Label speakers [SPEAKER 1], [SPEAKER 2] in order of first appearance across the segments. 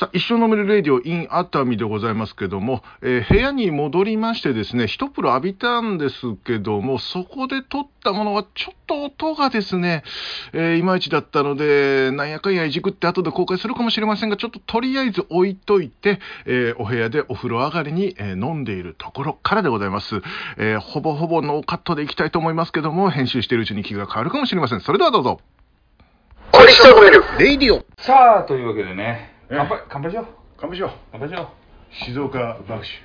[SPEAKER 1] さあ一生飲めるレディオ in 熱海でございますけども、えー部屋に戻りましてですね一風呂浴びたんですけどもそこで撮ったものはちょっと音がですね、えーいまいちだったのでなんやかんやいじくって後で公開するかもしれませんがちょっととりあえず置いといて、えーお部屋でお風呂上がりに、えー飲んでいるところからでございます、えーほぼほぼノーカットでいきたいと思いますけども編集しているうちに気が変わるかもしれませんそれではどうぞ
[SPEAKER 2] クリスタルメル
[SPEAKER 1] レディオ
[SPEAKER 3] さあというわけでね乾杯乾杯しよう
[SPEAKER 1] 乾杯しよう
[SPEAKER 3] 乾杯しよう
[SPEAKER 1] 静岡爆酒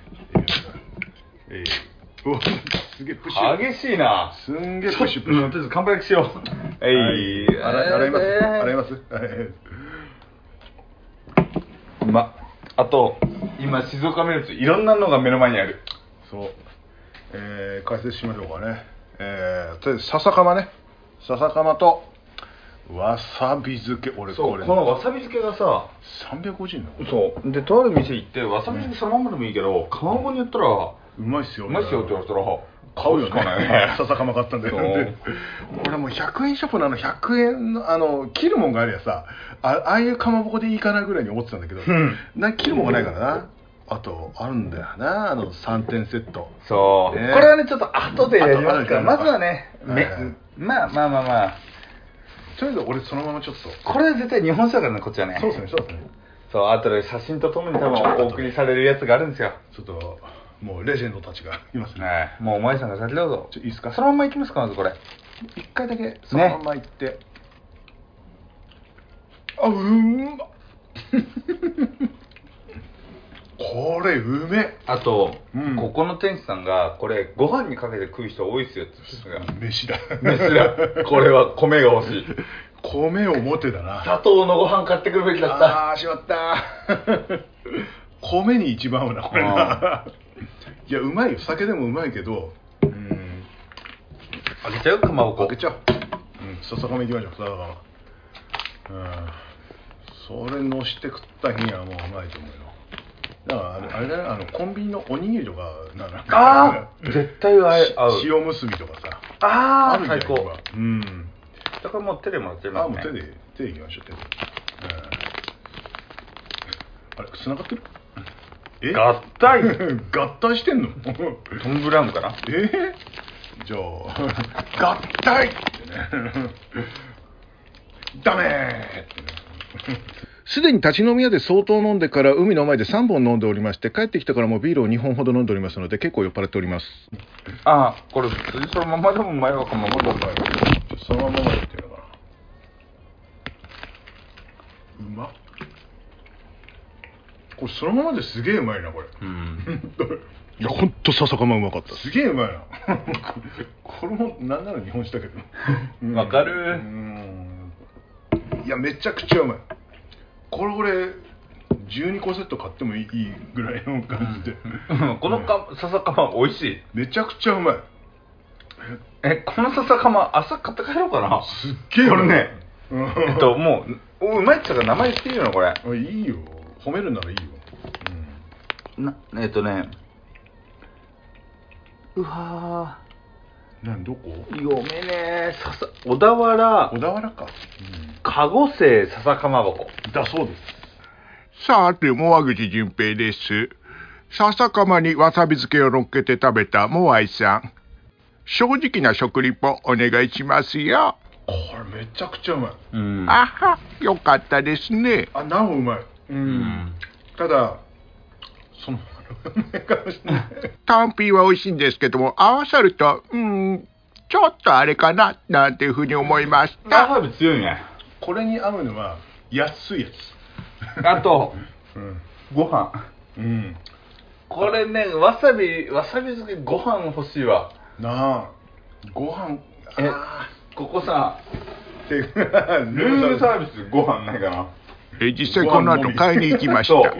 [SPEAKER 1] えー、うわすげえプッシュ
[SPEAKER 3] 激しいな
[SPEAKER 1] すんげえ
[SPEAKER 3] ち
[SPEAKER 1] プ
[SPEAKER 3] ょ
[SPEAKER 1] ッ
[SPEAKER 3] っ
[SPEAKER 1] シュプ
[SPEAKER 3] と
[SPEAKER 1] ッシュ
[SPEAKER 3] りあえず乾杯しようえい
[SPEAKER 1] 洗い洗います
[SPEAKER 3] えー
[SPEAKER 1] 洗いますはい
[SPEAKER 3] まあと今静岡名物いろんなのが目の前にある
[SPEAKER 1] そうえー、解説しましょうかねえー、とりあえず笹かまね笹かまとわさび漬け俺
[SPEAKER 3] そ
[SPEAKER 1] こ
[SPEAKER 3] う
[SPEAKER 1] れ
[SPEAKER 3] このわさび漬けがさ
[SPEAKER 1] 350円の
[SPEAKER 3] そうでとある店行ってわさび漬けそのままでもいいけど皮ごにやったら
[SPEAKER 1] うまいっすよ
[SPEAKER 3] うまいっすよって言われたら
[SPEAKER 1] 買うよ
[SPEAKER 3] しかない
[SPEAKER 1] ね
[SPEAKER 3] ね
[SPEAKER 1] 笹かま買ったんだよ
[SPEAKER 3] そう
[SPEAKER 1] で俺もう100円ショップのあの100円のあの切るもんがありゃさあああいうかまぼこでいいかなぐらいに思ってたんだけど、
[SPEAKER 3] ん
[SPEAKER 1] な切るもんがないからなあとあるんだよなあの3点セット
[SPEAKER 3] そう、
[SPEAKER 1] ね
[SPEAKER 3] これはねちょっと後でやります
[SPEAKER 1] 後後でや
[SPEAKER 3] から
[SPEAKER 1] りま
[SPEAKER 3] ますずはね、め
[SPEAKER 1] はいはい
[SPEAKER 3] まあまあまあまあ
[SPEAKER 1] とりあえず俺そのままちょっと
[SPEAKER 3] これは絶対日本酒だからねこっちはね
[SPEAKER 1] そうですねそうですね
[SPEAKER 3] そう後で写真とともに多分お送りされるやつがあるんですよ
[SPEAKER 1] ちょっともうレジェンドたちがいますね
[SPEAKER 3] はいもうお前さんが先どうぞ
[SPEAKER 1] ちょいいですか
[SPEAKER 3] そのまんまいきますかまずこれ
[SPEAKER 1] 一回だけそのまんま行って、あ うんまこれうめえ
[SPEAKER 3] あと、
[SPEAKER 1] うん
[SPEAKER 3] ここの店主さんがこれご飯にかけて食う人多いっすよって言って
[SPEAKER 1] 飯だ
[SPEAKER 3] たからこれは米が欲しい
[SPEAKER 1] 米を持てだな
[SPEAKER 3] 砂糖のご飯買ってくるべきだった
[SPEAKER 1] あーしまった米に一番合うなこれないやうまいよ酒でもうまいけど
[SPEAKER 3] うんあげちゃうかまぼこ
[SPEAKER 1] 開けちゃううん笹釜いきましょう笹釜うんそれのして食った日にはもううまいと思うよだからあれあれだねあのコンビニのおにぎりとかななん
[SPEAKER 3] あ
[SPEAKER 1] か
[SPEAKER 3] あ絶対合う合う
[SPEAKER 1] 塩むすびとかさ
[SPEAKER 3] あ
[SPEAKER 1] る
[SPEAKER 3] あ
[SPEAKER 1] じゃん
[SPEAKER 3] 最高
[SPEAKER 1] 今うん
[SPEAKER 3] だからもう手でもらっちゃいま
[SPEAKER 1] あ
[SPEAKER 3] す
[SPEAKER 1] もう
[SPEAKER 3] ね
[SPEAKER 1] 手で手でいきましょう手で、うん、あれ繋がってるえ
[SPEAKER 3] 合体
[SPEAKER 1] 合体してんの
[SPEAKER 3] トムブラウンかな
[SPEAKER 1] えー、じゃあ 合体ってね ダメーってねすでに立ち飲み屋で相当飲んでから海の前で3本飲んでおりまして帰ってきたからもビールを2本ほど飲んでおりますので結構酔っ払っております
[SPEAKER 3] ああこれ普通にそのままでもうまいわかまぼこ
[SPEAKER 1] そのままでっていうのかなうまっこれそのままですげえうまいなこれ
[SPEAKER 3] うん
[SPEAKER 1] いや、ほんと笹かまうまかった。すげえうまいな。 これも、なんなら日本酒だけどうん。
[SPEAKER 3] わかる
[SPEAKER 1] うん。いや、めちゃくちゃうまい。これ、俺、12個セット買ってもいいぐらいの感じで。
[SPEAKER 3] うん このか笹かま美味しい
[SPEAKER 1] めちゃくちゃうまい。
[SPEAKER 3] えこの笹かま朝買って帰ろうかな
[SPEAKER 1] すっげえうまい。
[SPEAKER 3] これね
[SPEAKER 1] うん。
[SPEAKER 3] えっともうおうまいっつったから名前言っていいのこれ
[SPEAKER 1] あいいよ。褒めるならいいよ。
[SPEAKER 3] なえっとねうわ
[SPEAKER 1] うん。なん、どこ
[SPEAKER 3] ー読めねえ笹小田原
[SPEAKER 1] 小田原か。
[SPEAKER 3] かごせい笹かまぼこ
[SPEAKER 1] だそうです。
[SPEAKER 4] さて、モア口淳平です。笹かまにわさび漬けを乗っけて食べたモアイさん。正直な食リポお願いしますよ。
[SPEAKER 1] これ、めちゃくちゃうまい。
[SPEAKER 3] うん
[SPEAKER 4] あは、よかったですね。
[SPEAKER 1] あ、なおうまい。
[SPEAKER 3] うん
[SPEAKER 1] ただ、その、かもしれない。
[SPEAKER 4] 単品は美味しいんですけども、合わさると、うーん、ちょっとあれかな、なんていうふうに思いまし
[SPEAKER 3] ハ
[SPEAKER 4] た。
[SPEAKER 3] ーブ強いね
[SPEAKER 1] これに合うのは安いや
[SPEAKER 3] あと
[SPEAKER 1] つうん、
[SPEAKER 3] ご飯
[SPEAKER 1] うん、
[SPEAKER 3] これねわさびわさび漬けご飯欲しいわ
[SPEAKER 1] なあご飯
[SPEAKER 3] え
[SPEAKER 1] あ
[SPEAKER 3] ここさ
[SPEAKER 1] ーってル
[SPEAKER 3] ルームサ
[SPEAKER 1] さ
[SPEAKER 3] ービスご飯ないかな
[SPEAKER 4] え実際この後買いに行きまし
[SPEAKER 3] そう
[SPEAKER 4] た。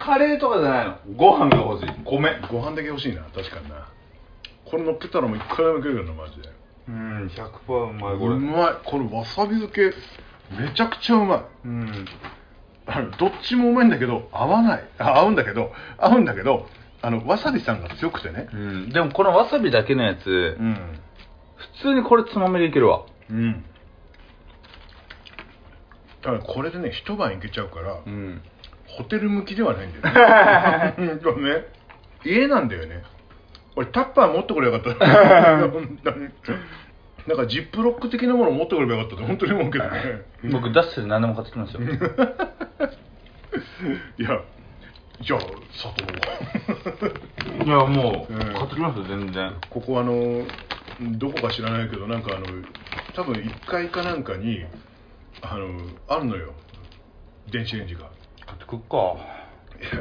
[SPEAKER 3] カレーとかじゃないのご飯が欲しい米
[SPEAKER 1] ご飯だけ欲しいな確かになこれ乗っけたらもういくらでも食えるよなマジで
[SPEAKER 3] うん100%うまいうこれうん
[SPEAKER 1] まいこれわさび漬けめちゃくちゃうまいあのどっちもうまいんだけど合わないあ合うんだけど合うんだけどあのわさびさんが強くてね
[SPEAKER 3] うんでもこのわさびだけのやつ
[SPEAKER 1] うん
[SPEAKER 3] 普通にこれつまみでいけるわ
[SPEAKER 1] うんだからこれでね一晩いけちゃうから
[SPEAKER 3] うん
[SPEAKER 1] ホテル向きではないんだよ ねごめん家なんだよね俺タッパー持ってこればよかった 本当になんかジップロック的なもの持ってこればよかったと本当に思うけど ね
[SPEAKER 3] 僕ダッシュで何でも買ってきますよ
[SPEAKER 1] いやじゃあ佐藤
[SPEAKER 3] いやもう、
[SPEAKER 1] うん
[SPEAKER 3] 買ってきますよ全然
[SPEAKER 1] ここあのどこか知らないけどなんかあの多分1階かなんかにあのあるのよ電子レンジが
[SPEAKER 3] 買ってくっか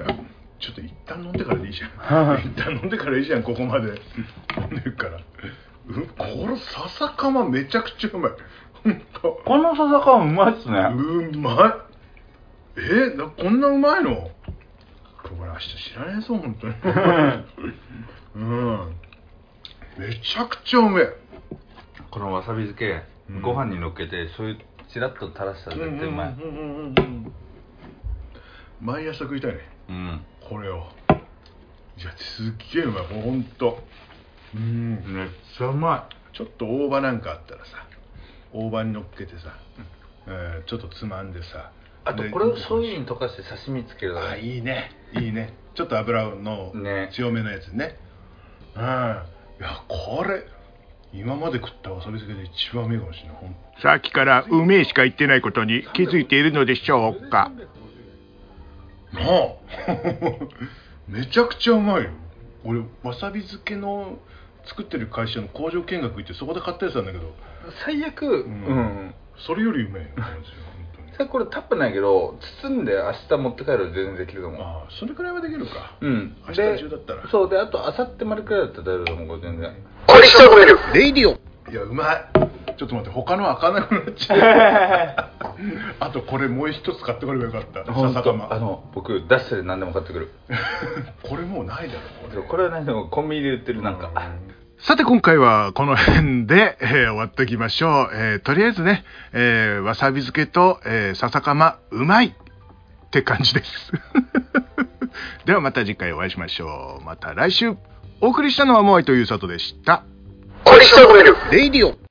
[SPEAKER 1] いやちょっと一旦飲んでからでいいじゃん一旦飲んでからいいじゃんここまで飲んでるからうんこの笹かまめちゃくちゃうまいほんと
[SPEAKER 3] この笹川うまいっすね
[SPEAKER 1] うまいえーなこんなうまいのこれ明日知らねえぞ本当にうんめちゃくちゃうめえ
[SPEAKER 3] このわさび漬け、
[SPEAKER 1] うん
[SPEAKER 3] ご飯にのっけてそういうチラッと垂らしたら絶対うまい
[SPEAKER 1] んうんうんうんうん毎朝食いたいね
[SPEAKER 3] うん、
[SPEAKER 1] これをいやすっげえうまいほんとうん
[SPEAKER 3] めっちゃうま
[SPEAKER 1] ちょっと大葉なんかあったらさ大葉に乗っけてさ、えーちょっとつまんでさ
[SPEAKER 3] あと
[SPEAKER 1] で
[SPEAKER 3] これを醤油に溶かして刺身つけるだ
[SPEAKER 1] あ
[SPEAKER 3] け
[SPEAKER 1] いいねいいねちょっと油の
[SPEAKER 3] ね
[SPEAKER 1] 強めのやつねうんいやこれ今まで食ったわさび漬けで一番うめえかもしれないほん
[SPEAKER 4] さっきから「うめえ」しか言ってないことに気づいているのでしょうか
[SPEAKER 1] なあ めちゃくちゃうまいよ俺わさび漬けの作ってる会社の工場見学行ってそこで買ったやつなんだけど
[SPEAKER 3] 最悪うんん、
[SPEAKER 1] それよりうめえよマジで本当に
[SPEAKER 3] さこれタップないけど包んで明日持って帰る全然できると思う
[SPEAKER 1] ああそれくらいはできるか
[SPEAKER 3] うん
[SPEAKER 1] 明日
[SPEAKER 3] で
[SPEAKER 1] 中だったら
[SPEAKER 3] そうであと明後日までくらいだったら大丈夫だと思うこれ全 然
[SPEAKER 2] 凝り固める
[SPEAKER 4] レイディオ
[SPEAKER 1] いやうまいちょっと待って他の開かなくなっち ゃうあとこれもう一つ買ってこればよかった
[SPEAKER 3] ほん
[SPEAKER 1] 笹
[SPEAKER 3] と
[SPEAKER 1] か
[SPEAKER 3] あ
[SPEAKER 1] ま
[SPEAKER 3] の僕ダッシュで何でも買ってくる
[SPEAKER 1] これもうないだろこれ
[SPEAKER 3] そうこれは何でもコンビニで売ってるなんか
[SPEAKER 1] さて今回はこの辺で、えー終わっていきましょう、えーとりあえずね、えーわさび漬けと、えー、笹かまうまいって感じです ではまた次回お会いしましょうまた来週お送りしたのはモアイというさとでした
[SPEAKER 2] 凝り固める
[SPEAKER 4] レイディオ